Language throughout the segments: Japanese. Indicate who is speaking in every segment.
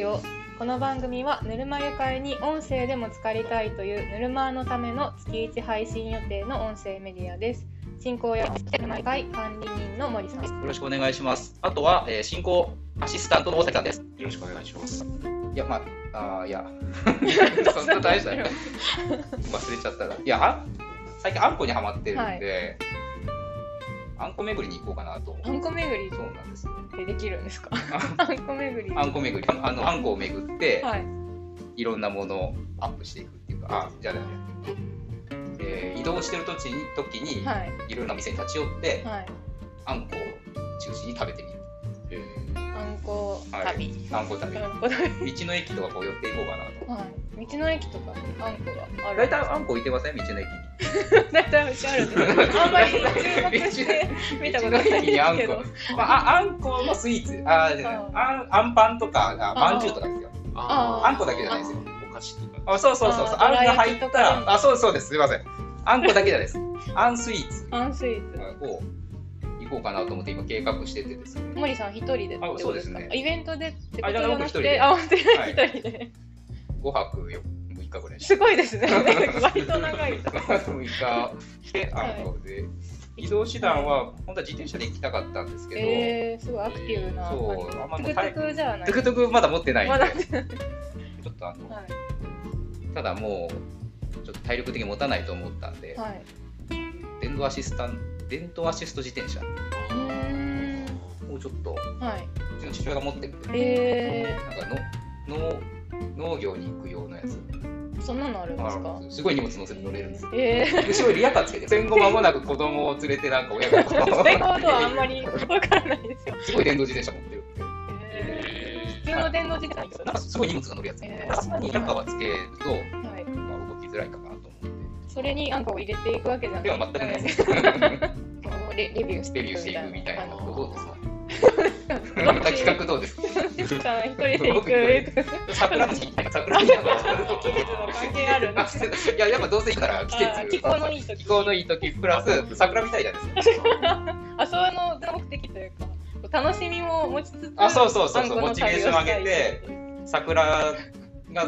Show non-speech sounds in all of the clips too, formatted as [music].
Speaker 1: よこの番組はぬるま湯会に音声でも浸かりたいというぬるま湯のための月1配信予定の音声メディアです進行役ぬるま湯会管理人の森さん
Speaker 2: よろしくお願いします。あとは、えー進行アシスタントの大崎さんです。
Speaker 3: よろしくお願いします。
Speaker 2: いや、まあ、あーい
Speaker 3: [laughs]
Speaker 2: や、そんな大事だよ。忘れちゃったら。いや、あ最近あんこにはまってるんで、あんこ巡りに行こうかなと。
Speaker 1: あんこ巡り
Speaker 2: そうなんですよ。
Speaker 1: ってできるんですかあんこ巡り
Speaker 2: あんこ巡り、ああのあんこを巡って、
Speaker 1: はい
Speaker 2: いろんなものをアップしていくっていうか、あ、じゃあね、えー移動してる時に、時に、
Speaker 1: はい
Speaker 2: いろんな店に立ち寄って、
Speaker 1: はい
Speaker 2: あんこを中心に食べてみる。
Speaker 1: あんこ旅、
Speaker 2: あんこ食べ
Speaker 1: あんこ旅
Speaker 2: 道の駅とかこう寄っていこうかなと。
Speaker 1: はい道の駅とかにあんこがある
Speaker 2: 大体あんこ置いてません道の駅に。
Speaker 1: 大体うちあるんですけどあんまり注目して [laughs] 見たことない
Speaker 2: 道の駅にあ
Speaker 1: です
Speaker 2: ん
Speaker 1: け
Speaker 2: こ
Speaker 1: ど。
Speaker 2: まあ、ああんこのスイーツ、あーじゃないあん、あんパンとか、あまんじゅうとかですよ。
Speaker 1: あー
Speaker 2: あんこだけじゃないですよ。
Speaker 3: お菓子とか。
Speaker 2: あ、そうそうそうそう、
Speaker 1: あ
Speaker 2: あ
Speaker 1: ー
Speaker 2: んが入っ
Speaker 1: どら焼きとか
Speaker 2: た、あ、そうそうです、すみません。あんこだけじゃな
Speaker 1: [laughs]
Speaker 2: いです。あんスイーツ
Speaker 1: あんスイーツ
Speaker 2: を行こうかなと思って、今計画しててですね。
Speaker 1: 森さん一人でってことですか
Speaker 2: あそうですね
Speaker 1: イベントでってこ
Speaker 2: あ
Speaker 1: とじ
Speaker 2: いや
Speaker 1: ゃ
Speaker 2: 僕
Speaker 1: なく
Speaker 2: 一人
Speaker 1: て
Speaker 2: で
Speaker 1: あ本当に
Speaker 2: はい
Speaker 1: 一人で、
Speaker 2: 五泊よ、六日ぐらいして。
Speaker 1: すごいですね [laughs] 割と長
Speaker 2: [laughs]
Speaker 1: いと
Speaker 2: 6日してあんこで、移動手段は本当は自転車で行きたかったんですけど、
Speaker 1: えー、すごいアクティブな感
Speaker 2: そう
Speaker 1: じ
Speaker 2: あんま
Speaker 1: トゥクトゥクじゃない
Speaker 2: トゥクトゥクまだ持ってないん
Speaker 1: ま
Speaker 2: で、
Speaker 1: だ
Speaker 2: ちょっとあの、
Speaker 1: は
Speaker 2: ただもうちょっと体力的に持たないと思ったんで、
Speaker 1: い、はい、
Speaker 2: 電動アシスタン電動アシスト自転車
Speaker 1: うーん
Speaker 2: をちょっと
Speaker 1: はい、
Speaker 2: うちの父親が持ってる
Speaker 1: え
Speaker 2: なんかの農農業に行く用のやつ
Speaker 1: ー、そんなのあるんですか
Speaker 2: すごい荷物乗せて乗れるんですよ
Speaker 1: えー
Speaker 2: 後ろにリアカー
Speaker 1: [laughs]
Speaker 2: つけて戦後間もなく子供を連れてなんか親がこ
Speaker 1: そ
Speaker 2: う
Speaker 1: ういうことはあんまりわからないですよ。
Speaker 2: すごい電動自転車
Speaker 1: [laughs]
Speaker 2: 持ってる
Speaker 1: えー、普通の電動自転車
Speaker 2: なんかすごい荷物が乗るやつ
Speaker 1: え
Speaker 2: で
Speaker 1: ー
Speaker 2: さらにリアカーはつけると、
Speaker 1: はい。
Speaker 2: まあ、動きづらいかなと思っ
Speaker 1: それにあんこを入れていくわけじゃな
Speaker 2: て
Speaker 1: い
Speaker 2: では全くないです
Speaker 1: [laughs] もうレレビューして
Speaker 2: デ
Speaker 1: い
Speaker 2: ビューしていくみたいな
Speaker 1: あ
Speaker 2: の
Speaker 1: の
Speaker 2: どうですか
Speaker 1: ど [laughs] っち
Speaker 2: 企画どうですか
Speaker 1: さん一人で行く上で
Speaker 2: 桜の時期桜
Speaker 1: [laughs]
Speaker 2: の時
Speaker 1: 季
Speaker 2: 期
Speaker 1: 節の関係あるんで
Speaker 2: あ
Speaker 1: す
Speaker 2: 季節いややっぱどうせ行ったら季
Speaker 1: あ
Speaker 2: 節
Speaker 1: 気候のいい時
Speaker 2: 気候のいい時プラス桜みたいじゃないですか
Speaker 1: あその目的というか楽しみも持ちつつ
Speaker 2: あそうそうそうそう
Speaker 1: あんこの
Speaker 2: モチベーション上げて
Speaker 1: 旅をしたいし
Speaker 2: 桜が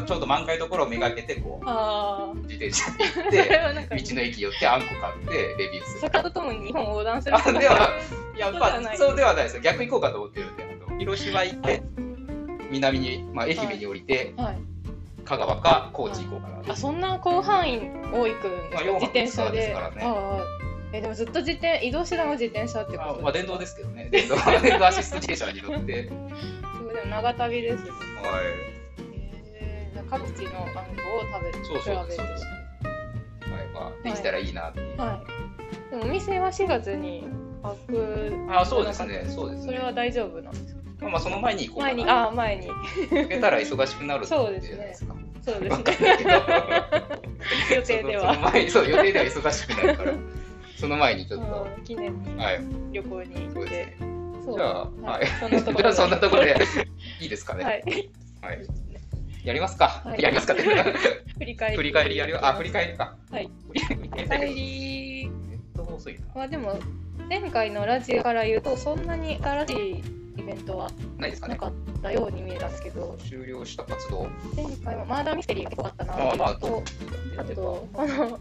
Speaker 2: ちょうど満開のところをめがけてこ
Speaker 1: あ
Speaker 2: う自転車で
Speaker 1: あ [laughs] そ
Speaker 2: 行っ
Speaker 1: れ
Speaker 2: て
Speaker 1: はなんか
Speaker 2: 道の駅寄ってあんこ買ってレビューする
Speaker 1: 坂とともに日本を横断する
Speaker 2: あでは
Speaker 1: そ
Speaker 2: やっ
Speaker 1: うではな
Speaker 2: ぱ
Speaker 1: い
Speaker 2: そうではないですよ逆行こうかと思ってるんであの広島行って南に、まあ、愛媛に降りて
Speaker 1: はい
Speaker 2: 香川か高知行こうかなと
Speaker 1: あそんな広範囲を行くんですか、
Speaker 2: まあ
Speaker 1: 自転車で
Speaker 2: 四泊五日ですからね
Speaker 1: ああえでもずっと自転移動手段は自転車ってこと
Speaker 2: あまあ電動ですけどね電動電動アシスト自転車に乗って
Speaker 1: すごいでも長旅ですね
Speaker 2: はい
Speaker 1: へえじゃあ各地のあんこを食べる
Speaker 2: そうそうで
Speaker 1: 比
Speaker 2: すそう
Speaker 1: べる
Speaker 2: です。はい、まあ、できたらいいなっていう。
Speaker 1: はい。でもお店は4月に開く。
Speaker 2: あ、そうですね、そうです
Speaker 1: それ
Speaker 2: ね。
Speaker 1: は大丈夫なんですか。
Speaker 2: まあ、まあ、その前に行こうか
Speaker 1: 前
Speaker 2: な。
Speaker 1: に、あ、前に。
Speaker 2: 抜けたら忙しくなるって
Speaker 1: そう
Speaker 2: こと
Speaker 1: です
Speaker 2: じ
Speaker 1: ね
Speaker 2: ゃないですか。
Speaker 1: そうで
Speaker 2: わ
Speaker 1: す
Speaker 2: [laughs] かん
Speaker 1: ね。
Speaker 2: ないけど
Speaker 1: 予定で
Speaker 2: [laughs] そのそ
Speaker 1: は。
Speaker 2: の前に、そう、予定では忙しくなるから。その前にちょっと。
Speaker 1: うん記念に
Speaker 2: はい、
Speaker 1: 旅行に
Speaker 2: そ
Speaker 1: 行
Speaker 2: う
Speaker 1: っ
Speaker 2: です
Speaker 1: て。
Speaker 2: ね。
Speaker 1: そ
Speaker 2: じゃあ、はい。
Speaker 1: そんなとこ
Speaker 2: じゃ
Speaker 1: ろ
Speaker 2: あ、 [laughs] そんなところで。いいですか
Speaker 1: は
Speaker 2: ね。
Speaker 1: い。
Speaker 2: はい。やりますか
Speaker 1: は。い
Speaker 2: やりますかね。
Speaker 1: 振り返り。
Speaker 2: [laughs] 振り返りやるよ。あ、振り返りか。
Speaker 1: はい。
Speaker 2: 振り
Speaker 1: 振り
Speaker 2: 返
Speaker 1: 返
Speaker 2: り。
Speaker 1: り
Speaker 2: ネットも遅いな。
Speaker 1: はでも前回のラジオから言うとそんなに新しいイベントは
Speaker 2: ないですか
Speaker 1: な
Speaker 2: ね。
Speaker 1: かったように見えたんですけど、
Speaker 2: 終了した活動。
Speaker 1: 前回はマーダーミステリーが結構あったな
Speaker 2: あ、ま
Speaker 1: っ
Speaker 2: あ、
Speaker 1: ていうのと
Speaker 2: と。
Speaker 1: あと、あの、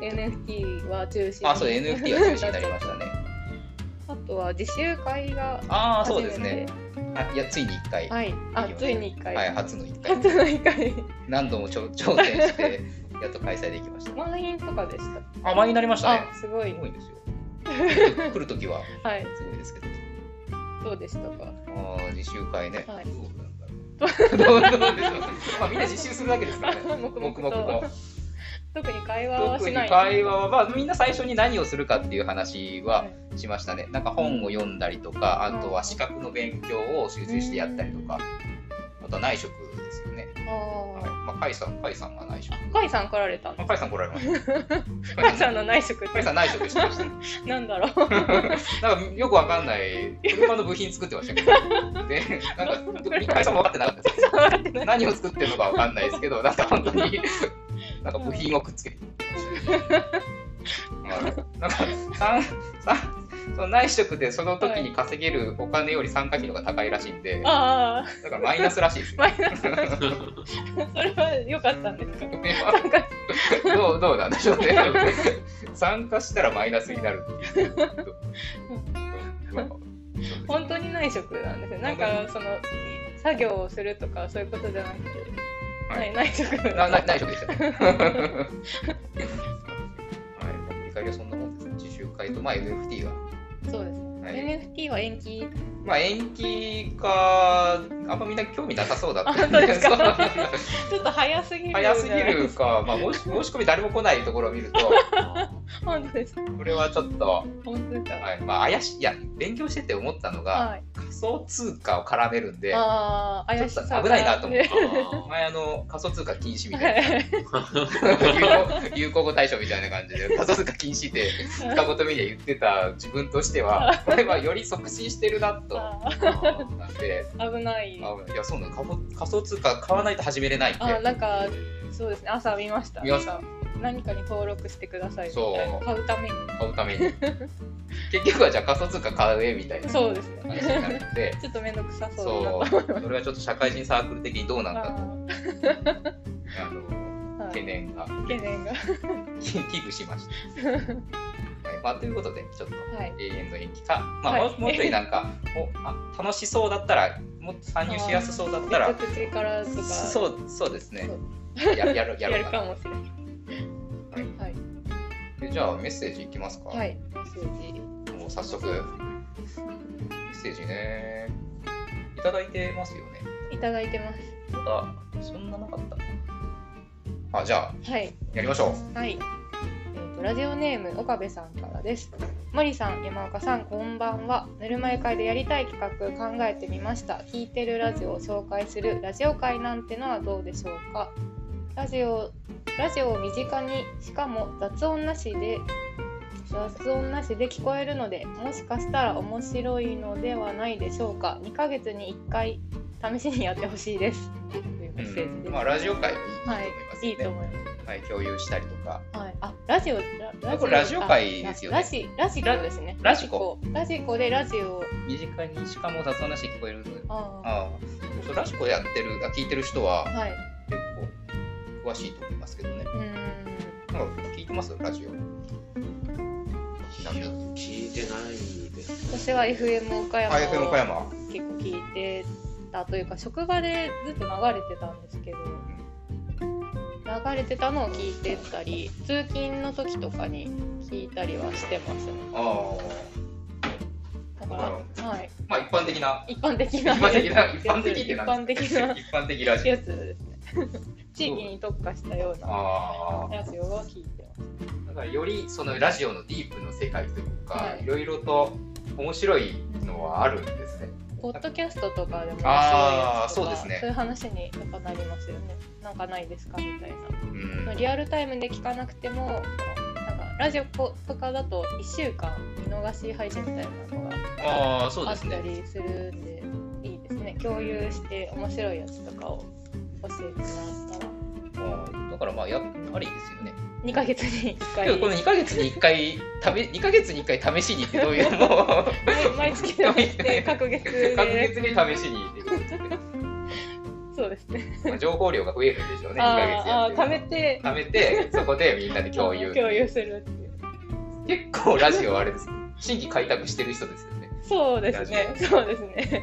Speaker 1: NFT は中止に
Speaker 2: あ、そう、NFT は中止になりましたね。
Speaker 1: [laughs] あとは、自習会が
Speaker 2: ああ、
Speaker 1: 初
Speaker 2: そう
Speaker 1: め
Speaker 2: です
Speaker 1: て
Speaker 2: ね。あいや、ついに1回、は
Speaker 1: はい。あ、ついに1
Speaker 2: い、
Speaker 1: 回。
Speaker 2: 初の1
Speaker 1: あ [laughs]
Speaker 2: 回、
Speaker 1: と何回
Speaker 2: 何度もちょ [laughs] 挑戦して、やっと開催できまし
Speaker 1: 満員とかでした。
Speaker 2: た。あ、前になりましたね
Speaker 1: あ、。すごい
Speaker 2: す。ごいですよ。
Speaker 1: [laughs]
Speaker 2: 来るときは、
Speaker 1: はい。
Speaker 2: すごいですけど。
Speaker 1: どうでしたか
Speaker 2: ああ、自習会ね。
Speaker 1: はい
Speaker 2: どうなんだろう。どうなんでしょう。まあ、みんな自習するわけですからね。
Speaker 1: 黙々と
Speaker 2: 黙々と。
Speaker 1: 特に会話は
Speaker 2: 特
Speaker 1: し
Speaker 2: に
Speaker 1: ない。
Speaker 2: 会話は、まあ、みんな最初に何をするかっていう話
Speaker 1: は
Speaker 2: はしましたね。なんか本を読んだりとか、あとは資格の勉強を集中してやったりとか、あとは内職ですよね。
Speaker 1: い。
Speaker 2: はい
Speaker 1: あ
Speaker 2: まあ、甲斐さん、甲斐さんが内職。
Speaker 1: あ。カイさん来られたんで
Speaker 2: まあ、甲斐さん来られまし
Speaker 1: す。
Speaker 2: た。
Speaker 1: カイさんの内職っ
Speaker 2: 甲斐さ
Speaker 1: て
Speaker 2: ん内職してました。
Speaker 1: なんだろう。
Speaker 2: なんかよくわかんない車の部品作ってましたけど、でなんか甲斐さんも分かってなかったで
Speaker 1: [laughs]
Speaker 2: す。何を作ってるのかわかんないですけど、なんか本当になんか
Speaker 1: [laughs]
Speaker 2: 部品をくっつけてました。まあなんか三三その内職でその時に稼げるお金より参加費の方が高いらしいんで、
Speaker 1: ああ、
Speaker 2: だからマイナスらしいですよ。
Speaker 1: マイナス。それは良かったんですか。なんか
Speaker 2: どうどうなんでし
Speaker 1: [laughs]
Speaker 2: ょうね。参加したらマイナスになるっ
Speaker 1: [laughs]
Speaker 2: ていう。まあ
Speaker 1: 本当に内職なんですよ。なんかその作業をするとかそういうことじゃなくて、
Speaker 2: は
Speaker 1: ないい、内職。
Speaker 2: な [laughs] な内職で
Speaker 1: [laughs]
Speaker 2: したね。はい、振り返りはそんなもんです。自習会と、まあ、NFT が。
Speaker 1: そうですね。
Speaker 2: はい
Speaker 1: NFT は延期
Speaker 2: まあ延期か、あんまみんな興味なさそうだった
Speaker 1: あ本当ですか
Speaker 2: そう
Speaker 1: ちょっと早すぎる
Speaker 2: [laughs] 早すぎるか、まあ、申し申し込み誰も来ないところを見ると、
Speaker 1: 本当ですか
Speaker 2: これはちょっと、は
Speaker 1: 本当ですか
Speaker 2: いまあ、怪しい、いや、勉強してて思ったのが、
Speaker 1: はい
Speaker 2: 仮想通貨を絡めるんで、
Speaker 1: ああ怪し
Speaker 2: ちょっ
Speaker 1: さ
Speaker 2: と危ないなと思って
Speaker 1: ね
Speaker 2: 前あの仮想通貨禁止みたいな、
Speaker 1: はい
Speaker 2: [laughs] 有効有効語対象みたいな感じで、仮想通貨禁止で [laughs] 二言目で言ってた自分とし
Speaker 1: [laughs]
Speaker 2: ては、これはより促進してるなと思
Speaker 1: あ
Speaker 2: ったんで、
Speaker 1: ー危ない
Speaker 2: あいや、そうなの仮想、仮想通貨買わないと始めれないって。
Speaker 1: あなんかそうですね朝見ました
Speaker 2: 見ました
Speaker 1: 何かに登録してくださいみ
Speaker 2: そう
Speaker 1: たいな買うために
Speaker 2: 買うために結局はじゃあ仮想通貨買うえみたいな
Speaker 1: そうです
Speaker 2: 話にな
Speaker 1: ね
Speaker 2: るんで
Speaker 1: ちょっと面倒くさそうだな
Speaker 2: そ
Speaker 1: と
Speaker 2: うそれはちょっと社会人サークル的にどうなんだと
Speaker 1: あ
Speaker 2: あの
Speaker 1: ーはい
Speaker 2: 懸念が
Speaker 1: 懸念が
Speaker 2: 危惧し
Speaker 1: [laughs]
Speaker 2: ました、はいまあ、ということでちょっと
Speaker 1: はい
Speaker 2: 永遠の延期か、まあ
Speaker 1: はい
Speaker 2: もうもう一人なんかおあ楽しそうだったらもっと参入しやすそうだったら
Speaker 1: 別口からとか
Speaker 2: そうそうですねややるや
Speaker 1: や
Speaker 2: る
Speaker 1: る
Speaker 2: か
Speaker 1: かもしれ
Speaker 2: はい
Speaker 1: ない
Speaker 2: でじゃあメッセージいきますか、
Speaker 1: はいはいメッセージ
Speaker 2: もう早速メッセージねいただいてますよね
Speaker 1: いただいてます
Speaker 2: あ、そんななかったあ、じゃあ、
Speaker 1: はい
Speaker 2: やりましょ
Speaker 1: はい、えーとラジオネーム岡部さんからです森さん山岡さんこんばんはぬるま湯会でやりたい企画考えてみました聞いてるラジオを紹介するラジオ会なんてのはどうでしょうかラジオラジオを身近にしかも雑音なしで雑音なしで聞こえるのでもしかしたら面白いのではないでしょうか2ヶ月に1回試しにやってほしいですという
Speaker 2: う。
Speaker 1: メッセージです、
Speaker 2: うんまあ、ラジオ会も
Speaker 1: はい
Speaker 2: い
Speaker 1: い
Speaker 2: い
Speaker 1: い
Speaker 2: と
Speaker 1: と
Speaker 2: 思い
Speaker 1: 思います
Speaker 2: ますね。はい、共有したりとか。
Speaker 1: はい、あラジオラ
Speaker 2: これラジオ会ですよね
Speaker 1: あラジラジコですね
Speaker 2: ララジコ
Speaker 1: ラジコでラジオを
Speaker 2: 身近にしかも雑音なし聞こえるので。
Speaker 1: あ
Speaker 2: ああ、そうラジコやってる、あ、聞いてる人は
Speaker 1: あはい
Speaker 2: 結構詳しいと思いますけどね。
Speaker 1: うー
Speaker 2: なんか聞いてますラジオ。ちなみに。
Speaker 3: 聞いてないです。
Speaker 1: ん私は FM 岡山
Speaker 2: IFM
Speaker 1: を
Speaker 2: 岡山。
Speaker 1: 結構聞いてたというか職場でずっと流れてたんですけど流れてたのを聞いてたり通勤の時とかに聞いたりはしてますね
Speaker 2: あ
Speaker 1: だからはい
Speaker 2: あ、まあ一般的な。
Speaker 1: 一般的
Speaker 2: 一
Speaker 1: な
Speaker 2: 般的な、
Speaker 1: やつ
Speaker 2: 一般的って
Speaker 1: 一
Speaker 2: なん
Speaker 1: 般
Speaker 2: で
Speaker 1: 的
Speaker 2: すか
Speaker 1: な
Speaker 2: 一般的ラジオ
Speaker 1: や。つですね地域に特化したような
Speaker 2: ああ。
Speaker 1: ラジオを聞いてます
Speaker 2: だからよりそのラジオのディープの世界というか、、
Speaker 1: はいい
Speaker 2: ろいろと面白いのはあるんですね。
Speaker 1: ポッドキャストとかでも
Speaker 2: あー
Speaker 1: そういうやつとか
Speaker 2: そうですね
Speaker 1: そういう話にやっぱなりますよね。なんかないですかみたいな。
Speaker 2: うん
Speaker 1: まあリアルタイムで聞かなくても、なんかラジオとかだと1週間見逃し配信みたいなのが
Speaker 2: ああ、そう
Speaker 1: あ
Speaker 2: で
Speaker 1: っ
Speaker 2: す
Speaker 1: た
Speaker 2: ね。
Speaker 1: りするんで、いいですね。共有して面白いやつとかを教えてもらったら。
Speaker 2: あーだからまあやっぱりですよね。
Speaker 1: 2ヶ月に1
Speaker 2: けどこの
Speaker 1: 回、
Speaker 2: 2ヶ月に1回ため2ヶ月に1回試しにってどういうのも
Speaker 1: 毎 [laughs] 毎月でも
Speaker 2: [laughs]
Speaker 1: して、各月
Speaker 2: 確
Speaker 1: で。
Speaker 2: 実に試しにってことですね
Speaker 1: そうですね。
Speaker 2: まあ情報量が増えるんでしょうね。2ヶ月
Speaker 1: あーあー、
Speaker 2: やって
Speaker 1: 貯
Speaker 2: る
Speaker 1: め
Speaker 2: と
Speaker 1: て、
Speaker 2: 貯め [laughs] てそこでみんなで共有。
Speaker 1: 共有するっていう。
Speaker 2: 結構ラジオあれです。新規開拓してる人ですよね。
Speaker 1: そうですね
Speaker 2: ラ。ジオ
Speaker 1: そうですね。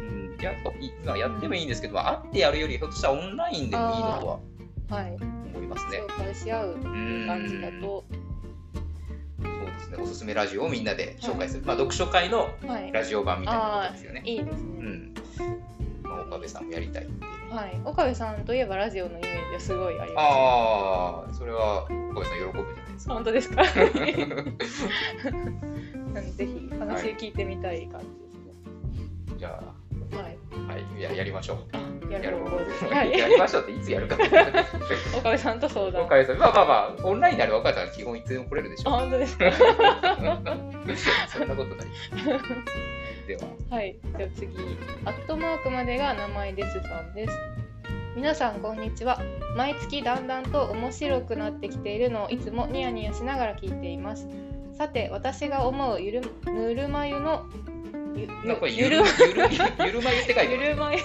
Speaker 2: うん、やっぱいまあやってもいいんですけど、まあ会ってやるよりひょっとしたらオンラインでもいいのとは
Speaker 1: はい。
Speaker 2: 思いますね
Speaker 1: 紹。介し合うっていう感じだと、
Speaker 2: そうですね。おすすめラジオをみんなで紹介する、まあ読書会の
Speaker 1: はい、
Speaker 2: ラジオ版みたいなことですよね。
Speaker 1: いいです
Speaker 2: う
Speaker 1: ね。
Speaker 2: ん。まあ岡部さんもやりたいっていう。
Speaker 1: はい、岡部さんといえばラジオのイメージはすごいあります。
Speaker 2: ああ、それは岡部さん喜ぶじゃないですか。
Speaker 1: 本当です [laughs] か。なんでぜひ話聞いてみたい感じ
Speaker 2: [laughs] じゃ
Speaker 1: ですね。はい、
Speaker 2: あはいややりましょう。
Speaker 1: あ、や
Speaker 2: や
Speaker 1: る
Speaker 2: る
Speaker 1: 方
Speaker 2: 方
Speaker 1: 法
Speaker 2: 法
Speaker 1: です。は
Speaker 2: や
Speaker 1: い、
Speaker 2: りましょうっていつやるか。
Speaker 1: 岡部さんと相談。
Speaker 2: 岡
Speaker 1: あ、
Speaker 2: 部さん、まあまあまあオンラインであれば岡部さんは基本いつでも来れるでしょう。
Speaker 1: 本当ですか。
Speaker 2: そんなことない。では。
Speaker 1: はい、じゃあ次、アットマークまでが名前ですさんです。皆さんこんにちは。毎月だんだんと面白くなってきているのをいつもニヤニヤしながら聞いています。さて私が思うゆるぬるま湯のゆ
Speaker 2: なんか
Speaker 1: ゆ
Speaker 2: ゆ
Speaker 1: る
Speaker 2: るゆるゆるまゆって書いて
Speaker 1: ゆ
Speaker 2: ある。
Speaker 1: るま湯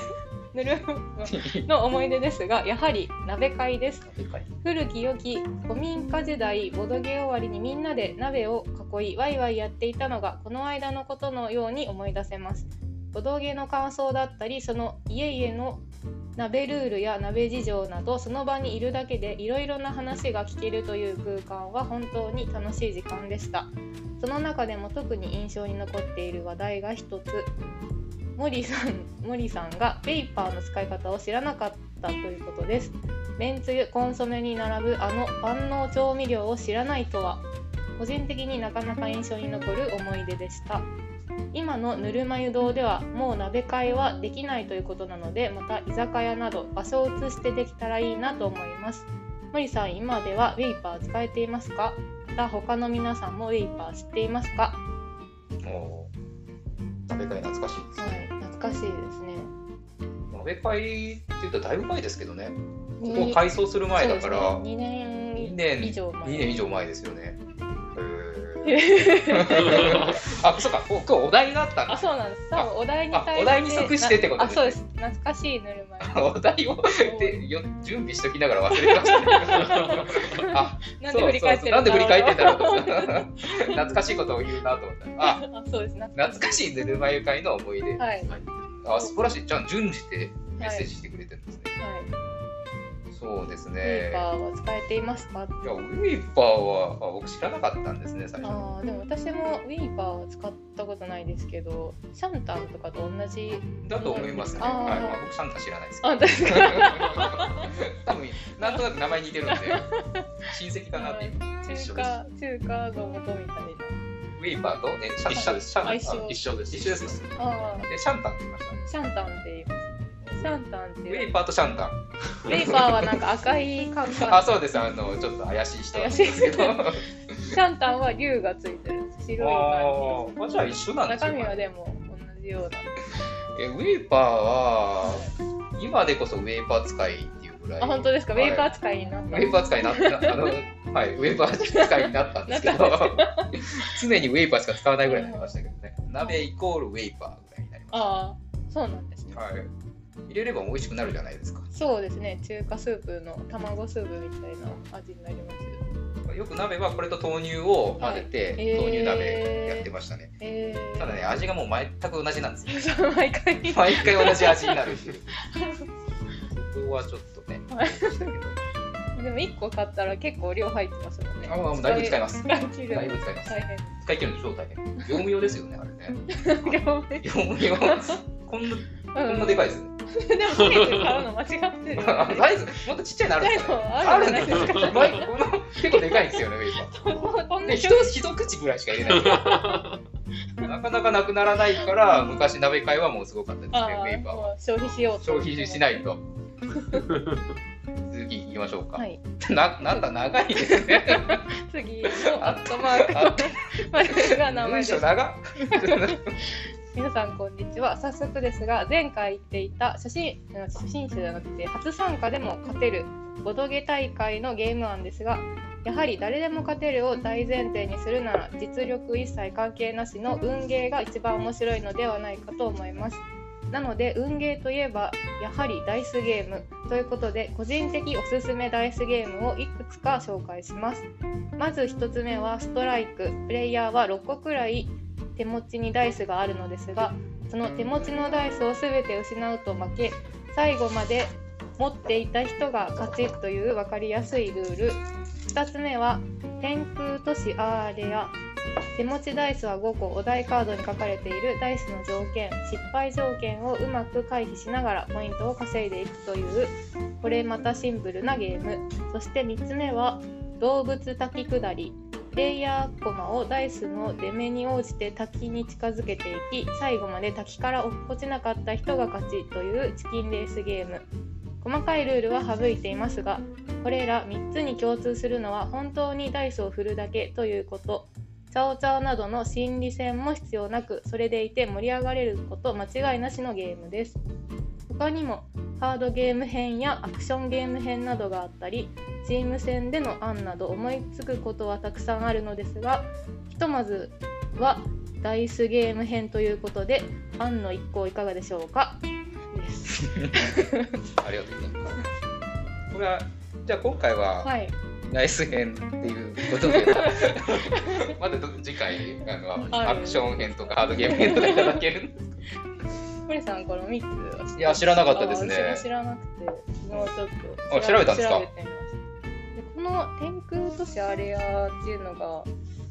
Speaker 1: ぬるの思い出ですがやはり鍋会です古き良き古民家時代ボドゲ終わりにみんなで鍋を囲いワイワイやっていたのがこの間のことのように思い出せますボドゲの感想だったりその家々の鍋ルールや鍋事情などその場にいるだけでいろいろな話が聞けるという空間は本当に楽しい時間でしたその中でも特に印象に残っている話題が一つ森さん森さんがペイパーの使い方を知らなかったということですめんつゆコンソメに並ぶあの万能調味料を知らないとは個人的になかなか印象に残る思い出でした今のぬるま湯堂ではもう鍋会はできないということなのでまた居酒屋など場所を移してできたらいいなと思います森さん今ではウェイパー使えていますかまた他の皆さんもウェイパー知っていますか
Speaker 2: もう鍋会懐かしいです。
Speaker 1: はい懐かしいですね
Speaker 2: 鍋会って言うとだいぶ前ですけどね。ここ
Speaker 1: に
Speaker 2: 改装する前だから
Speaker 1: そうですね
Speaker 2: 2
Speaker 1: 2年
Speaker 2: 年
Speaker 1: 以上前
Speaker 2: 2年以上前ですよね。へーあ、そうか。お今日お題があったん
Speaker 1: あ、
Speaker 2: だ。
Speaker 1: そうなんです。多分お題に対し
Speaker 2: あ
Speaker 1: て。
Speaker 2: お題に即してってこと
Speaker 1: あ、
Speaker 2: です
Speaker 1: そ
Speaker 2: ね
Speaker 1: うです。懐かしいぬるま湯。
Speaker 2: [laughs] お題をでよ準備しときながら忘れてま
Speaker 1: [laughs]
Speaker 2: した、ね。あ、
Speaker 1: なんで振り返ってる
Speaker 2: そうそうそうなんで振り返ってん
Speaker 1: た
Speaker 2: だろうと。 [laughs] 懐かしいことを言うなと思った。あ、
Speaker 1: あ、そうです。
Speaker 2: 懐かしいぬるま湯会の思い出。
Speaker 1: はい。はい。
Speaker 2: あ、素晴らしい。じゃあ順次でメッセージしてくれてるんですね。そうです
Speaker 1: ウェ
Speaker 2: ね
Speaker 1: イ。パーは使えていますか。
Speaker 2: いや、ウィーパーはあ僕知らなかったんですね、最初。
Speaker 1: ああ、でも私もウェイパーは使ったことないですけど、シャンタンとかと同じ。
Speaker 2: だと思いますね。
Speaker 1: あ
Speaker 2: は
Speaker 1: ー
Speaker 2: い、まあ僕サンタ知らないですけど。
Speaker 1: あ、確かに。
Speaker 2: [laughs] 多分なんとなく名前似てるんで、親戚だなっていう。
Speaker 1: 中華、中華の元みたい
Speaker 2: ウィーパーと、え、シャン
Speaker 3: 一
Speaker 2: タ
Speaker 3: 緒
Speaker 2: ン、
Speaker 3: で
Speaker 2: シャンタン、
Speaker 1: 一緒
Speaker 3: 一緒です。
Speaker 2: 一緒です。
Speaker 1: な。あ
Speaker 2: で、シャンタンって言いましたね。
Speaker 1: あ、シャンタンって言います。シャンタンって
Speaker 2: ウ
Speaker 1: い
Speaker 2: ェ
Speaker 1: う
Speaker 2: イ。パーとシャンタン。
Speaker 1: ウェイパーはなんか赤い缶が。
Speaker 2: [laughs] あ、そうです。あの、ちょっと怪しい人なんですけど。 [laughs] あ
Speaker 1: シャンタンは龍がついてるんです。白い感
Speaker 2: ーあ、じゃあ一緒
Speaker 1: じ
Speaker 2: なん
Speaker 1: で。
Speaker 2: ですすよ
Speaker 1: 中身はでも同じような。
Speaker 2: えウェイパーは、今でこそウェイパー使いっていうぐらい。
Speaker 1: あ本当ですか、
Speaker 2: はい
Speaker 1: ウェイパー使いになっ
Speaker 2: ウ
Speaker 1: た。
Speaker 2: ェイパー使いになった、あの、はい、ウェイパー使いになったんですけど、常にウェイパーしか使わないぐらいになりましたけどね。鍋イコールウェイパーぐらいになりまし
Speaker 1: ああ、そうなんですね。
Speaker 2: た。はい。入れれば美味しくなるじゃないですか。
Speaker 1: そうですね、中華スープの卵スープみたいな味になります。
Speaker 2: よく鍋はこれと豆乳を混ぜて、
Speaker 1: はい
Speaker 2: 豆乳鍋やってましたね。
Speaker 1: えー、
Speaker 2: ただね、味がもう全く同じなんですよ。
Speaker 1: そう毎回。
Speaker 2: [laughs] 毎回同じ味になる [laughs] っていう。そこはちょっとね、
Speaker 1: はい
Speaker 2: でしたけど
Speaker 1: でも一個買ったら結構量入ってますもんね。
Speaker 2: あもうだいぶ使います。だ
Speaker 1: 大
Speaker 2: いぶ
Speaker 1: 丈
Speaker 2: 使
Speaker 1: 夫
Speaker 2: います。
Speaker 1: 大変。
Speaker 2: 使い切るの超大変。業務用ですよね、あれね。
Speaker 1: 業務
Speaker 2: [laughs] 業務用。こんな、こんなでかいですね。
Speaker 1: でもケーキ買うの間違って
Speaker 2: [laughs]
Speaker 1: る。
Speaker 2: サイズ、もっとちっちゃいのあるんですか、
Speaker 1: サ
Speaker 2: ね、
Speaker 1: イズもあるんじゃないですか
Speaker 2: あるんだよこの結構でかいんですよね、ウェイパ
Speaker 1: こん
Speaker 2: ー。
Speaker 1: な
Speaker 2: で、
Speaker 1: 表
Speaker 2: 一一口ぐらいしか入れない [laughs] から。なかなかなくならないから、昔鍋会はもうすごかったですね、
Speaker 1: あ
Speaker 2: ウ
Speaker 1: あ
Speaker 2: ェイパーは。
Speaker 1: もう消費しようと
Speaker 2: 消費しない [laughs] と。続きいきましょうか。
Speaker 1: はい
Speaker 2: ななんだ、長いですね。
Speaker 1: 次のアットマーク [laughs]
Speaker 2: あ
Speaker 1: までが名前
Speaker 2: 文
Speaker 1: です
Speaker 2: 章長っ
Speaker 1: 皆さんこんにちは早速ですが前回言っていた初心うん初心者じゃなくて初参加でも勝てるボドゲ大会のゲーム案ですがやはり誰でも勝てるを大前提にするなら実力一切関係なしの運ゲーが一番面白いのではないかと思いますなので運ゲーといえばやはりダイスゲームということで個人的おすすめダイスゲームをいくつか紹介しますまず1つ目はストライクプレイヤーは6個くらい手持ちにダイスがあるのですがその手持ちのダイスを全て失うと負け最後まで持っていた人が勝ちという分かりやすいルール2つ目は天空都市アーレア手持ちダイスは5個お題カードに書かれているダイスの条件失敗条件をうまく回避しながらポイントを稼いでいくというこれまたシンプルなゲームそして3つ目は動物滝下りレイヤー駒をダイスの出目に応じて滝に近づけていき最後まで滝から落っこちなかった人が勝ちというチキンレースゲーム細かいルールは省いていますがこれら3つに共通するのは本当にダイスを振るだけということチャオチャオなどの心理戦も必要なくそれでいて盛り上がれること間違いなしのゲームです他にもカードゲーム編やアクションゲーム編などがあったりチーム戦での案など思いつくことはたくさんあるのですがとまずはダイスゲーム編ということで案の一行いかがでしょうか
Speaker 2: [laughs]
Speaker 1: です。
Speaker 2: ありがとうございます。これは、じゃあ今回は、
Speaker 1: はい。
Speaker 2: ナイス編っていうことで、まだど次回あの、
Speaker 1: ある
Speaker 2: アクション編とかハードゲーム編とかいただける
Speaker 1: 堀さんこの三つは知ってます
Speaker 2: いや知らなかったですね
Speaker 1: あ私も知らなくて、昨日ちょっと
Speaker 2: あ調べたんですか
Speaker 1: 調べてみましたでこの天空都市アレアっていうのが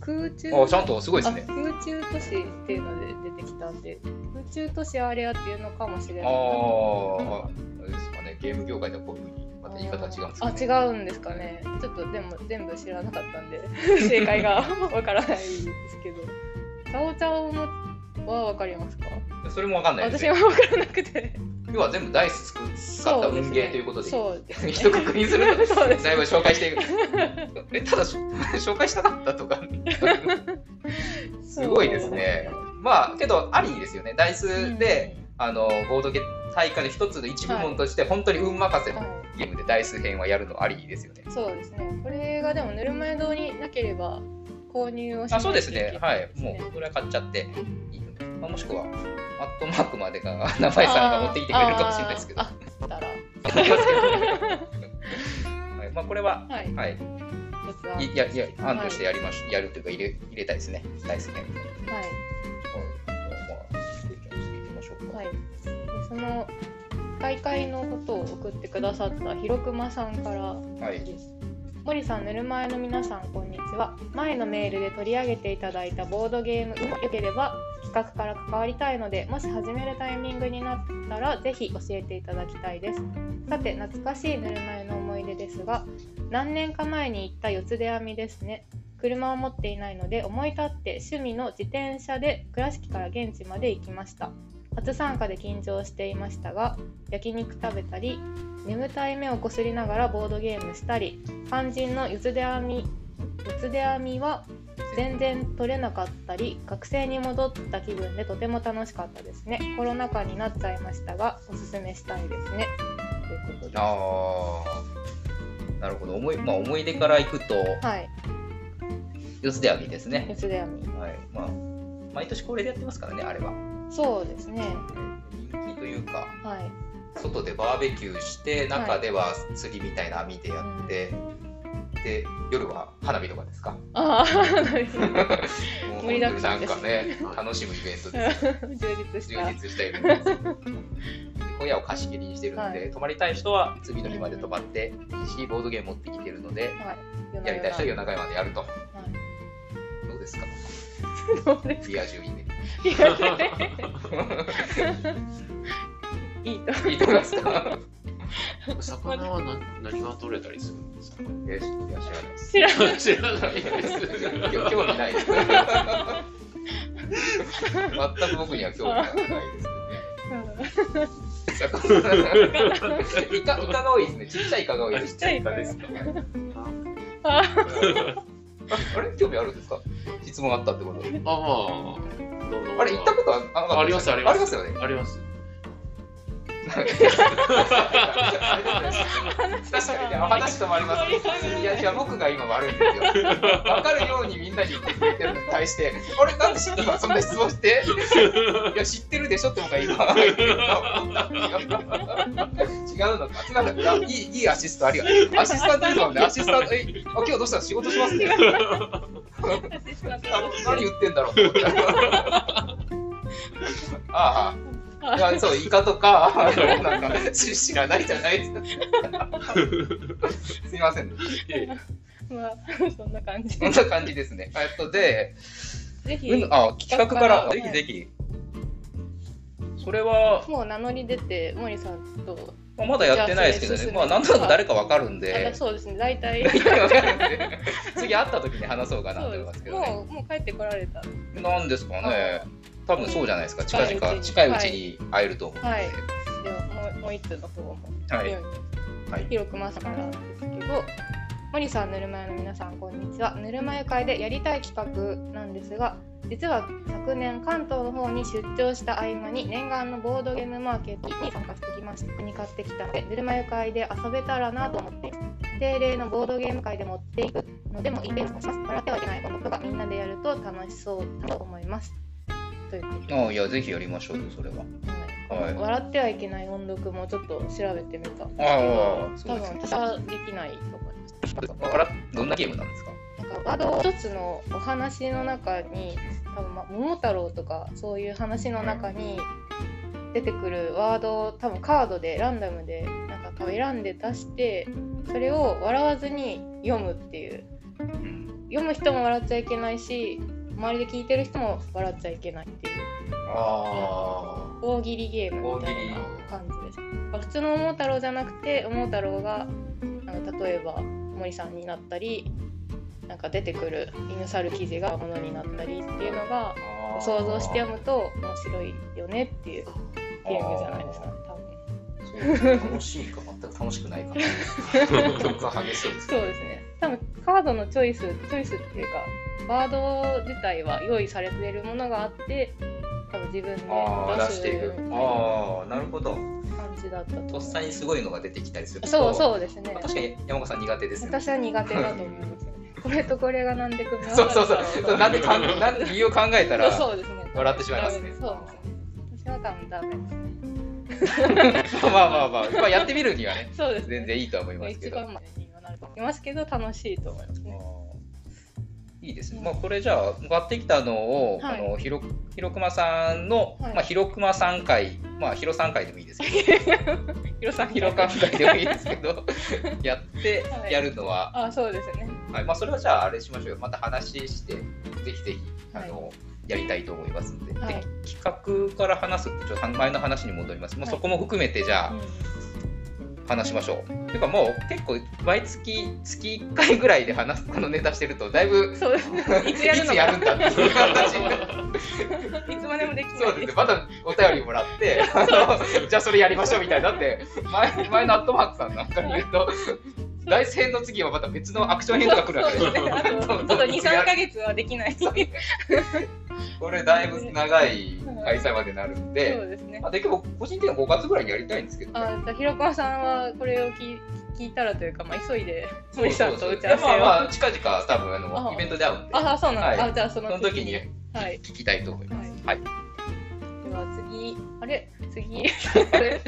Speaker 1: 空中
Speaker 2: あちゃんとすごいですね
Speaker 1: あ。空中都市っていうので出てきたんで空中都市アレアっていうのかもしれ
Speaker 2: あ
Speaker 1: ない
Speaker 2: あ、あれですかね、ゲーム業界ではこういうふうに、また言い方は違うんですか、ね、
Speaker 1: あ違うんですかねちょっとでも全部知らなかったんで [laughs] 正解
Speaker 2: [laughs]
Speaker 1: がわからないですけどチャオチャオのはわかりますか
Speaker 2: それもわかんないです
Speaker 1: 私
Speaker 2: ね
Speaker 1: は。わからなくて
Speaker 2: 要は全部ダイス使った運ゲーということで、
Speaker 1: そうです
Speaker 2: [laughs]
Speaker 1: ね
Speaker 2: 一括りにすると、
Speaker 1: そうです
Speaker 2: だいぶ紹介していく。えただ、し紹介したかったとか、すごいですね。まあ、けど、ありですよね。ダイスで、あのボードゲ大会の一つの一部門として、本当に運任せ
Speaker 1: うん、
Speaker 2: の
Speaker 1: は
Speaker 2: ゲームでダイス編はやるのありですよね。
Speaker 1: い、そうですねこれがでもぬるま湯堂になければ購入をしな
Speaker 2: あ
Speaker 1: い
Speaker 2: そう
Speaker 1: と
Speaker 2: で
Speaker 1: い
Speaker 2: す
Speaker 1: けな
Speaker 2: ね、はい、もうこれは買っちゃっていい、まあ、もしくは、マットマークまでが、名前さんが持ってきてくれるかもしれないですけど、
Speaker 1: あーあだったら
Speaker 2: はいまあ、これは、
Speaker 1: はい
Speaker 2: はい、
Speaker 1: 一つはい
Speaker 2: いや、いや、案としてやりまし、やるというか、入れ、入れたいですね、ダイス編。はい、まあ、意見していきましょうか。
Speaker 1: はい、でその大会のことを送ってくださったひろくまさんから
Speaker 2: はい、
Speaker 1: です。森さん、ぬるま湯の皆さん、こんにちは。前のメールで取り上げていただいたボードゲーム、よければ企画から関わりたいので、もし始めるタイミングになったら、ぜひ教えていただきたいです。さて、懐かしいぬるま湯の思い出ですが、何年か前に行った四つ出編みですね。車を持っていないので、思い立って趣味の自転車で倉敷から現地まで行きました。初参加で緊張していましたが、焼肉食べたり、眠たい目をこすりながらボードゲームしたり肝心の四つ手編み四つ手編みは全然取れなかったり学生に戻った気分でとても楽しかったですねコロナ禍になっちゃいましたがおすすめしたいですねということでは
Speaker 2: ああ、なるほど、思い、まあ、思い出からいくと、
Speaker 1: い
Speaker 2: 四つでありですね
Speaker 1: 四。つ手編み
Speaker 2: はい、まあ、毎年恒例でやってますからね、あれは。
Speaker 1: そうですね
Speaker 2: 人気というか。
Speaker 1: はい
Speaker 2: 外でバーベキューして中では釣りみたいな網でやって、で夜は花火とかですか
Speaker 1: ああ [laughs] 充
Speaker 2: もう
Speaker 1: 盛りだくさ
Speaker 2: なんん
Speaker 1: です
Speaker 2: かね楽しむイベントです
Speaker 1: 実し
Speaker 2: 充
Speaker 1: た
Speaker 2: 実したイベントです
Speaker 1: [laughs]
Speaker 2: 小屋を貸し切りにしてるので、
Speaker 1: はい
Speaker 2: 泊まりたい人は次の日まで泊まっていいしボードゲーム持ってきてるの
Speaker 1: は
Speaker 2: で
Speaker 1: い夜な
Speaker 2: やり
Speaker 1: 夜
Speaker 2: たい人は夜
Speaker 1: な
Speaker 2: 中までやると
Speaker 1: はい
Speaker 2: どうで
Speaker 1: [laughs]
Speaker 2: すか
Speaker 1: どうです
Speaker 2: リア充イベン
Speaker 1: か [laughs] いいと
Speaker 2: ト [laughs] いいと思いますか
Speaker 3: 魚は何何が取れたりするんですか
Speaker 2: いや知らないです
Speaker 1: 知らん
Speaker 2: [laughs]
Speaker 3: 知らないい
Speaker 2: や
Speaker 3: で
Speaker 2: 別
Speaker 3: す。
Speaker 2: に興味ないです。全く僕には興味がないですけ
Speaker 1: [laughs]
Speaker 2: どね。イカイカが多いですね。ちっちゃいイカが多いで
Speaker 1: ち
Speaker 2: す
Speaker 1: っ。ちゃいイカです
Speaker 2: か。
Speaker 1: あ
Speaker 2: ああれ興味あるんですか。質問あったってこと。
Speaker 3: ああ、どうぞ
Speaker 2: あれ行ったことはなかった
Speaker 3: ありますあります
Speaker 2: ありますよ
Speaker 3: [laughs]
Speaker 2: ね。
Speaker 3: あります。
Speaker 2: 確かに
Speaker 3: [laughs]
Speaker 2: ね、お話ともあります、ね。いや、じゃあ僕が今悪いんです
Speaker 3: [laughs]
Speaker 2: よ。分かるようにみんなに言ってくれてるのに対して、あれ、なんで知ってたそんな質問
Speaker 3: [laughs]
Speaker 2: して。いや、知ってるでしょって僕が今言ってるの。違うのか。つまり、いやいい、いいアシストありがとう。アシスタントいるのね、アシスタント、え、あ今日どうした仕事しますね。あ何言ってん
Speaker 1: [laughs]
Speaker 2: だろうと思って。ああ。いやそう、イカとか、あのなんか、知知らないじゃないですか。すみません。
Speaker 1: まあ [laughs] そんな感じ
Speaker 2: こんな感じですね。えっと、で、
Speaker 1: ぜひ
Speaker 2: うんあ、企画から、
Speaker 1: は
Speaker 2: ぜ
Speaker 1: い
Speaker 2: ひぜひ。それは、
Speaker 1: もう名乗り出て森さんと、
Speaker 2: まあ、まだやってないですけど
Speaker 1: じゃあそ
Speaker 2: ね、
Speaker 1: れ
Speaker 2: まあ、なんとなく誰かわかるん
Speaker 1: あ
Speaker 2: で。
Speaker 1: そうですね大体
Speaker 2: わかるんで [laughs] 次会った時に話そうかなと
Speaker 1: そう
Speaker 2: 思い
Speaker 1: で
Speaker 2: ます
Speaker 1: す
Speaker 2: けどね。
Speaker 1: もうもう帰ってこられた
Speaker 2: なんですかね。多分そうじゃないですか。
Speaker 1: 近
Speaker 2: 近
Speaker 1: いうちに
Speaker 2: 々、近いうちに会えると思うんで。
Speaker 1: はいではもうもう一つの方も
Speaker 2: はい。はい
Speaker 1: 広くまさからなんですけど森さんぬるま湯の皆さんこんにちはぬるま湯会でやりたい企画なんですが実は昨年関東の方に出張した合間に念願のボードゲームマーケットに参加してきましたに買ってきたのでぬるま湯会で遊べたらなと思って定例のボードゲーム会で持っていくのでもいいです。笑ってはいけないことがみんなでやると楽しそうと思います。ということで
Speaker 2: ああいやぜひやりましょうよそれは
Speaker 1: はい
Speaker 2: はい
Speaker 1: 笑ってはいけない音読もちょっと調べてみたんです
Speaker 2: ああ
Speaker 1: け
Speaker 2: そ
Speaker 1: ど、多
Speaker 2: う
Speaker 1: 分
Speaker 2: ですね
Speaker 1: 私はできないと思います。
Speaker 2: あらどんなゲームなんですか
Speaker 1: なんかワードを一つのお話の中に多分、ま、桃太郎とかそういう話の中に出てくるワードを多分カードでランダムでなんか多分選んで出してそれを笑わずに読むっていう
Speaker 2: うん
Speaker 1: 読む人も笑っちゃいけないし周りで聞いてる人も笑っちゃいけないっていう
Speaker 2: あ
Speaker 1: 大喜利ゲームみたいな感じですまあ普通の桃太郎じゃなくて桃太郎があの例えば森さんになったりなんか出てくる犬猿記事がものになったりっていうのが
Speaker 2: あ
Speaker 1: 想像して読むと面白いよねっていうゲームじゃないですかね多分
Speaker 2: そう楽しいか全く楽しくないか [laughs] 曲が激しいです
Speaker 1: そうですね多分カードのチョイスチョイスっていうかワード自体は用意されてるものがあって多分自分で
Speaker 2: ああ出していく
Speaker 1: 出す
Speaker 2: ああなるほど
Speaker 1: 感じだったと思
Speaker 2: と
Speaker 1: う
Speaker 2: っさにすごいのが出てきたりすると
Speaker 1: そうそうですね
Speaker 2: まあ確かに山岡さん苦手ですよね
Speaker 1: 私は苦手だと思いますね。これとこれがなんで組み合わさる
Speaker 2: そうんそう
Speaker 1: だ
Speaker 2: そ
Speaker 1: ろう
Speaker 2: う
Speaker 1: と
Speaker 2: そうなんでかんなんで理由を考えたら
Speaker 1: そうそうですね。
Speaker 2: 笑ってしまいますね
Speaker 1: そうですね。私は多分ダメですね。
Speaker 2: まあまあまあ、まあ、やってみるにはね
Speaker 1: そうですね。
Speaker 2: 全然いいとは思い
Speaker 1: まあ
Speaker 2: ますけ
Speaker 1: 一
Speaker 2: ど
Speaker 1: 番までにはなると思いますけど楽しいと思いますね。
Speaker 2: いいですね、まあ、これじゃあ買ってきたのを、
Speaker 1: はい
Speaker 2: あのひろひろくまさんの、
Speaker 1: はい
Speaker 2: まあ、ひろくまさん会まあひろさん会でもいいで
Speaker 1: [laughs]
Speaker 2: す [laughs] けどひろさんひろかん会でもいいですけど [laughs] やって
Speaker 1: はい
Speaker 2: やるのは、
Speaker 1: あ、そうですね。
Speaker 2: はいまあ、それはじゃああれしましょうよまた話してぜひぜひあの、やりたいと思いますので,で、
Speaker 1: はい
Speaker 2: 企画から話すってちょっと前の話に戻ります、もうそこも含めてじゃあ、話しましょう。てかもう結構毎月月1回ぐらいで話すこのネタしてるとだいぶ
Speaker 1: うんそうですね。いつやるのか
Speaker 2: いつやるんだっていう話になる
Speaker 1: いつまでもでき
Speaker 2: そ
Speaker 1: な
Speaker 2: う
Speaker 1: いで
Speaker 2: ですね
Speaker 1: す。
Speaker 2: またお便りもらってあのじゃあそれやりましょうみたいになって前前のアットマークさんなんかに言うと大戦の次はまた別のアクション編とか来るわけです
Speaker 1: そうですね。あとちょっと二三ヶ月はできない。そうで
Speaker 2: これだいぶ長い開催までなるんで、
Speaker 1: すね
Speaker 2: ま。あ、で結構個人的には5月ぐらいにやりたいんですけどね、
Speaker 1: あ、じゃあひろこまさんはこれを聞い聞いたらというか、まあ急いで森さんと打ち合わせを。
Speaker 2: まあまあ近々多分あの
Speaker 1: あ
Speaker 2: イベントで会うんで
Speaker 1: あ、そうなんだ。
Speaker 2: はい
Speaker 1: あ、じゃあそ
Speaker 2: そ
Speaker 1: の
Speaker 2: の時に
Speaker 1: はい。
Speaker 2: 聞きたいと思います。はい
Speaker 1: では次、あれ
Speaker 2: [laughs]
Speaker 1: 次、あれ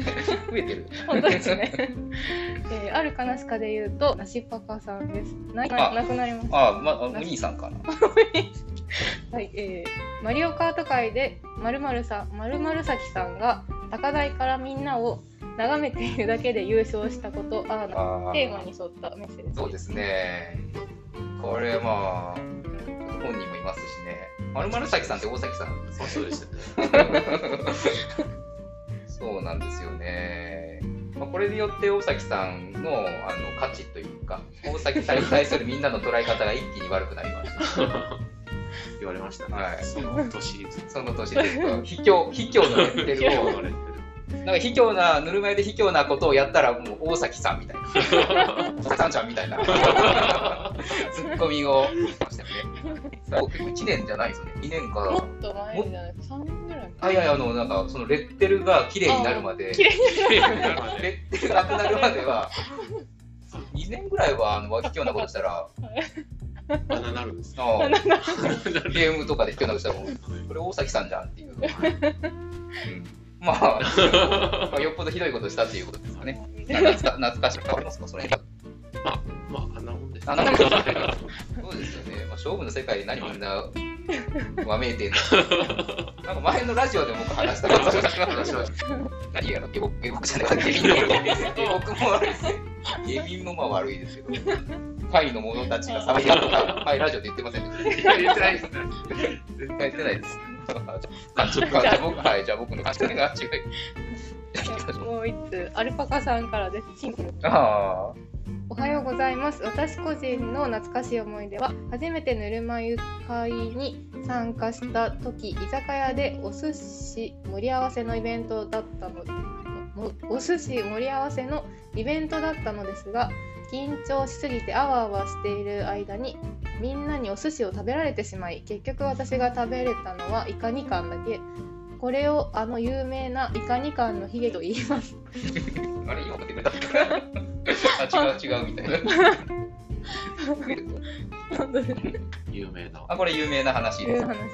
Speaker 2: 増えてる。
Speaker 1: 本当ですね。 [laughs] えーあるかなしかで言うと、なしパカさんです。ないな
Speaker 2: あ
Speaker 1: なくなりまし
Speaker 2: あ、まあ、お兄さんかな。
Speaker 1: た。はい、えーマリオカート界で、まるまるさん、まるまるさきさんが、高台からみんなを眺めているだけで優勝したこと、あーなテーマに沿ったメッセージ。
Speaker 2: そうですね。これまあ、本人もいますしね。丸丸崎さんって大崎さんですよ
Speaker 3: あそうでしたね。
Speaker 2: ね。そうなんですよね。まあ、これによって大崎さんのあの価値というか、大崎さんに対するみんなの捉え方が一気に悪くなりま [laughs] した。
Speaker 3: 言われましたね。
Speaker 2: はい
Speaker 3: その年ずっ
Speaker 2: その年で言うと、卑怯、卑怯のレッテル
Speaker 3: と
Speaker 2: を
Speaker 3: 言わ、れて
Speaker 2: なんか卑怯な、ぬるま湯で卑怯なことをやったら、もう大崎さんみたいな。 [laughs] 大崎さんちゃんみたいな。ツッコミを言ってましたよね。1年じゃないですよね。2年
Speaker 1: も
Speaker 2: か。
Speaker 1: っと前じゃない3年ぐらい
Speaker 2: あ、いやいや、あの、なんか、そのレッテルが綺麗になるまで、
Speaker 1: 綺
Speaker 2: レ
Speaker 1: 麗に
Speaker 3: [laughs] る。なるほどね
Speaker 2: ッテルなくなるまでは、2年ぐらいは、あの、卑怯なことしたら、
Speaker 3: あななるんですね。
Speaker 2: あ
Speaker 1: なる
Speaker 2: のゲームとかで卑怯なことしたら、もうこれ大崎さんじゃんっていう。うんまあ、まあよっぽどひどいことしたっていうことですかね。な懐か懐かしい。変わりますか、それ。
Speaker 3: まあ、あんなもんです。
Speaker 2: あんなもんですそうですよね。まあ、勝負の世界で何みんな、わめいてんの。なんか前のラジオでも僕話したこと話しました。何やろ、下僕、下僕じゃなくて、下僕も悪いですね。下民もまあ悪いですけど。
Speaker 3: [laughs]
Speaker 2: 会の者たちが騒いだとか、はい、ラジオで言ってませんでした。
Speaker 3: いや言ってないですね。
Speaker 2: 絶対言ってない
Speaker 3: [laughs]
Speaker 2: です。あじゃあじゃあ僕、はい、じゃあ僕の勝手が違い。
Speaker 1: もう一つ、アルパカさんからです。シンプルに
Speaker 2: ああ、
Speaker 1: おはようございます私個人の懐かしい思い出は初めてぬるま湯会に参加した時居酒屋でお寿司盛り合わせのイベントだったのもお寿司盛り合わせのイベントだったのですが緊張しすぎてあわあわしている間にみんなにお寿司を食べられてしまい結局私が食べれたのはイカ2貫だけこれをあの有名なイカ2貫のヒゲと言います [laughs]
Speaker 3: [laughs]
Speaker 2: あれ、今かけてた。あ、違う違うみたいな。見ると
Speaker 1: 本当に
Speaker 3: 有名な。
Speaker 2: あこれ有名な話
Speaker 1: いう
Speaker 2: です。
Speaker 1: 話
Speaker 2: はい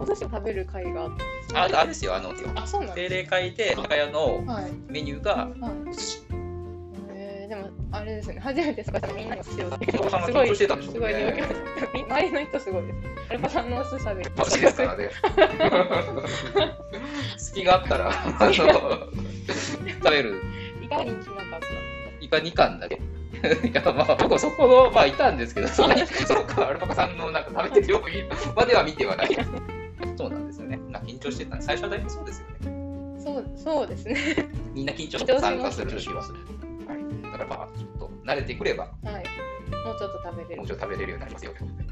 Speaker 1: お寿司を食べる会があって
Speaker 2: ああれですよあの
Speaker 1: あそうなん
Speaker 2: 定
Speaker 1: で
Speaker 2: 例会で酒屋の
Speaker 1: すはい
Speaker 2: メニューが
Speaker 1: はい
Speaker 2: お寿司。
Speaker 1: えー、でもあれですね初めて探したみんなにしようっていう
Speaker 2: [laughs] お子
Speaker 1: の
Speaker 2: さ
Speaker 1: がす
Speaker 2: んが緊
Speaker 1: ご
Speaker 2: 張
Speaker 1: い
Speaker 2: し
Speaker 1: す
Speaker 2: てたんでしょう
Speaker 1: ごい驚きま
Speaker 2: ね。
Speaker 1: したみ周りの人すごいですアルパさんのお寿司食べる
Speaker 2: お寿司ですからね。
Speaker 3: [laughs]
Speaker 2: 隙があったらあの食べる
Speaker 1: いかにしなかった
Speaker 2: イカ2貫だけ。 [laughs] いやまあ、僕はそこの、まあ、いたんですけど、そんなに、そのか、アルパカさんのなんか食べてるようまでは見てはない。そうなんですよね。まあ、緊張してたんで、最初は大体そうですよね。
Speaker 1: そうそうですね
Speaker 2: みんな緊張して参加する
Speaker 3: 緊
Speaker 2: と
Speaker 3: 張
Speaker 2: き
Speaker 3: し
Speaker 2: は
Speaker 3: ま。すね。
Speaker 2: だから、まあ、ちょっと慣れてくれば、
Speaker 1: はいもうちょっと食べれ
Speaker 2: も
Speaker 1: る
Speaker 2: うちょっと食べれるようになりますよ。 [laughs]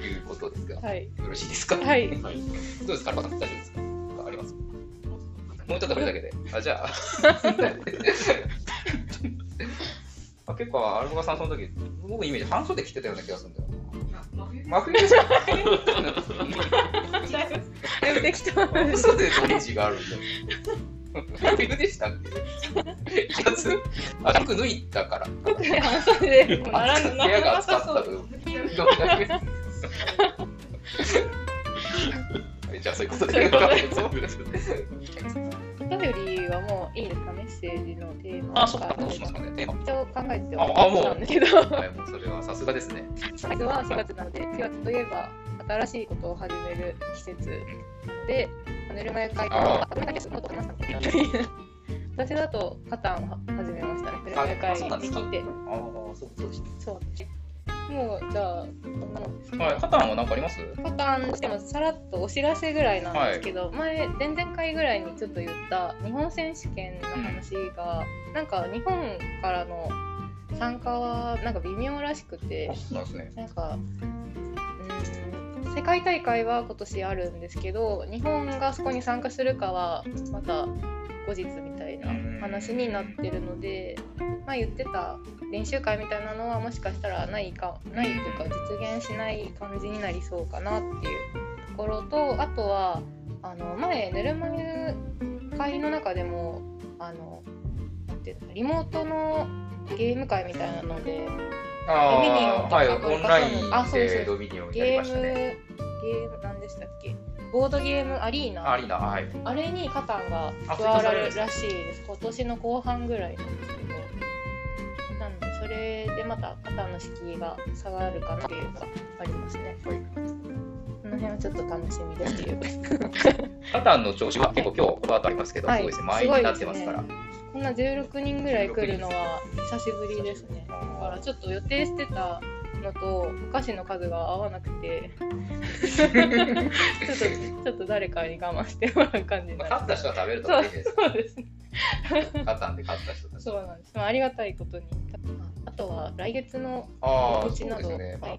Speaker 2: ということですが、よ
Speaker 1: はい
Speaker 2: ろしいですか。
Speaker 1: はい
Speaker 3: [laughs]
Speaker 2: ど
Speaker 3: はい。
Speaker 2: うですか、アルパカさん、大丈夫ですか。なんかあります。もうちょっとこれだけで。あ、じゃあ。あ結構、アルパカさん、その時、僕イメージ、半袖着てたような気がするんだよな。真冬じゃない。
Speaker 1: だいぶ適当なんです
Speaker 2: 嘘でオレンジがあるんだよ。真冬でしたっけ。シャツ、あ、服脱いだから。
Speaker 1: 半袖でもう並んで
Speaker 2: [laughs] 部屋が暑かった分。 [laughs] じゃあ、そういうことで。
Speaker 1: お便りはもういいですかメッセージのテーマ
Speaker 2: あ、そうか、どうしますかね。テーマ。
Speaker 1: 一応考えて
Speaker 2: ああ
Speaker 1: は
Speaker 2: もう
Speaker 1: たんですけど
Speaker 2: はい、もうそれはさすがですね。
Speaker 1: 4月は4月なので4月といえば新しいことを始める季節でぬるま湯会
Speaker 2: あ
Speaker 1: あこれだけするのと思いましたね私だとカタンを始めましたねぬるま湯
Speaker 2: あそうな
Speaker 1: 会
Speaker 2: んで
Speaker 1: です
Speaker 2: か
Speaker 1: 聞いて
Speaker 2: ああ、そうそうです。
Speaker 1: そうですねもうじゃあこんなもんです
Speaker 2: はい、カタンは何かあります。
Speaker 1: パターンとしてもさらっとお知らせぐらいなんですけど、前前々回ぐらいにちょっと言った日本選手権の話が、なんか日本からの参加はなんか微妙らしくて
Speaker 2: あ、そうなんですね。
Speaker 1: なんかうーん世界大会は今年あるんですけど日本がそこに参加するかはまた後日みたいな話になってるので、まあ、言ってた練習会みたいなのはもしかしたらないかないというか実現しない感じになりそうかなっていうところとあとはあの前ぬるま湯会の中でもあのなんていうのリモートのゲーム会みたいなので
Speaker 2: あ
Speaker 1: ミニオンと
Speaker 2: あ、
Speaker 1: か
Speaker 2: はい、
Speaker 1: こういう
Speaker 2: オン
Speaker 1: パタ
Speaker 2: ラ
Speaker 1: ーンのあ
Speaker 2: イン
Speaker 1: そうそう
Speaker 2: でドミニオンやり
Speaker 1: ゲー
Speaker 2: ました
Speaker 1: ム、
Speaker 2: ね。
Speaker 1: ゲームなんでしたっけボードゲームアリーナ
Speaker 2: アリーナ、はい。
Speaker 1: あれにカタンが
Speaker 2: あ
Speaker 1: 加わるらしいです今年の後半ぐらいなんですけどなのでそれでまたカタンの敷居が下がるかなっていうかありますねこの辺はちょっと楽しみですっていう
Speaker 2: カタンの調子は結構今日こだわってありますけど、
Speaker 1: は
Speaker 2: す
Speaker 1: い
Speaker 2: ごいですね。前になってますから。
Speaker 1: こんな16人ぐらい来るのは久しぶりですねだからちょっと予定してたのとお菓子の数が合わなくてちょっとちょっと誰かに我慢してもらう感じにな
Speaker 2: まあ
Speaker 1: っ
Speaker 2: 勝った人は食べるとかいいです。
Speaker 1: そうですね
Speaker 2: カタンで勝った人たち。
Speaker 1: そうなんです。まあ、ありがたいことに。あとは来月の
Speaker 2: ああ、
Speaker 1: うち
Speaker 2: そう
Speaker 1: な
Speaker 2: で
Speaker 1: ど
Speaker 2: すね。なんか、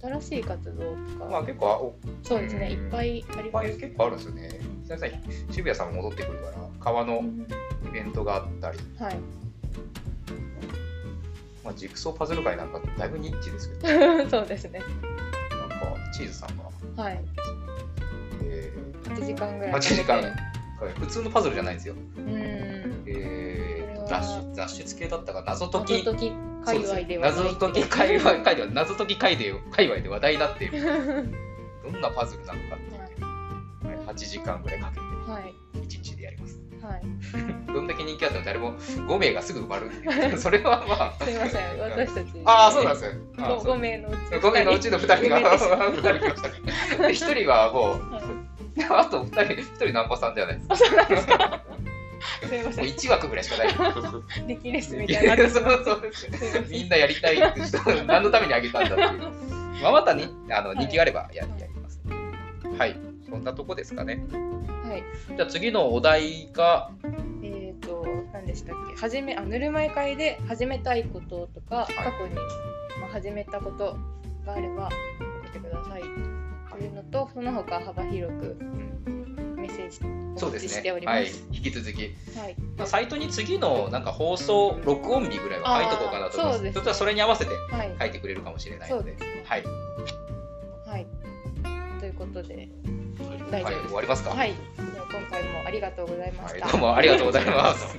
Speaker 1: 新しい活動とか、
Speaker 2: まあ結構、あお
Speaker 1: そうですね、
Speaker 2: うん
Speaker 1: いっぱいあり
Speaker 2: いっぱ
Speaker 1: ま
Speaker 2: い
Speaker 1: す。
Speaker 2: 結構あるんですよね。皆さん、渋谷さんも戻ってくるから、川のイベントがあったり、
Speaker 1: はい。 [laughs]
Speaker 2: まあ、ジグソーパズル界なんかだいぶニッチです
Speaker 1: [laughs]
Speaker 2: けど、
Speaker 1: そうですね。
Speaker 2: なんかチーズさんが、
Speaker 1: はい。
Speaker 2: え
Speaker 1: 8時間ぐら
Speaker 2: ー、
Speaker 1: い。
Speaker 2: 8時間、普通のパズルじゃないんですよ。
Speaker 1: うん。
Speaker 2: えー
Speaker 1: こ
Speaker 2: と、
Speaker 1: れは
Speaker 2: 脱出脱出系だったか謎
Speaker 1: 謎
Speaker 2: 解き。
Speaker 1: 解き界隈ではない
Speaker 2: 謎解き界隈 [laughs] 界では謎解き界で界隈で話題になって
Speaker 1: [laughs]
Speaker 2: いるどんなパズルなのかっていう、はい、8時間ぐらいかけ
Speaker 1: はい。
Speaker 2: て1日でやります
Speaker 1: はい。
Speaker 2: どんだけ人気あったら誰も5名がすぐ埋まるって
Speaker 1: [laughs]
Speaker 2: いうそれはまあ
Speaker 1: すみませ
Speaker 2: [laughs]
Speaker 1: ん、私たち。
Speaker 2: ああそうなん
Speaker 1: す。
Speaker 2: ですよああそう
Speaker 1: 5名のうち。
Speaker 2: 5名のうちの2人が
Speaker 1: 埋めて
Speaker 2: [laughs]
Speaker 1: しま
Speaker 2: 2人来ましたねで1人はもう
Speaker 1: うはい
Speaker 2: あと2人1人ナンパさんじゃないですか
Speaker 1: すみま
Speaker 2: も
Speaker 1: せ、
Speaker 2: うん1枠ぐらいしかない
Speaker 1: 力レスみたいになってし
Speaker 2: そ
Speaker 1: まっ
Speaker 2: う
Speaker 1: て
Speaker 2: そうです
Speaker 1: [laughs] すみません
Speaker 2: みんなやりた
Speaker 1: [laughs]
Speaker 2: いって人何のためにあげたんだっていう。まあ、またね、あの人気があればや,、
Speaker 1: はい
Speaker 2: やります。はい、そんなとこですかね。
Speaker 1: はい。
Speaker 2: じゃあ次のお題が、
Speaker 1: えー、と何でしたっけ始めあぬるま湯会で始めたいこととか、過去に、まあ、始めたことがあれば送ってくださいというのとその他幅広くメッセージ
Speaker 2: そ
Speaker 1: お
Speaker 2: うで
Speaker 1: 待ち
Speaker 2: す
Speaker 1: してお
Speaker 2: ね。
Speaker 1: りま
Speaker 2: はい
Speaker 1: す。、
Speaker 2: 引き続き、
Speaker 1: はい、
Speaker 2: まあ、サイトに次のなんか放送録音日ぐらいは書いとこうかなと思います。
Speaker 1: あーそうですね
Speaker 2: そしたらそれに合わせて
Speaker 1: はい、
Speaker 2: 書いてくれるかもしれない
Speaker 1: そ
Speaker 2: の
Speaker 1: う
Speaker 2: で。
Speaker 1: ですね。
Speaker 2: はい、
Speaker 1: はい、ということで
Speaker 3: はい
Speaker 1: 大丈
Speaker 2: はい、
Speaker 1: 夫で
Speaker 2: 終
Speaker 1: す。
Speaker 2: わりますか。
Speaker 1: はい、では今回もありがとうございま
Speaker 2: は
Speaker 1: し
Speaker 2: い
Speaker 1: た。
Speaker 2: どうもありがとうございます。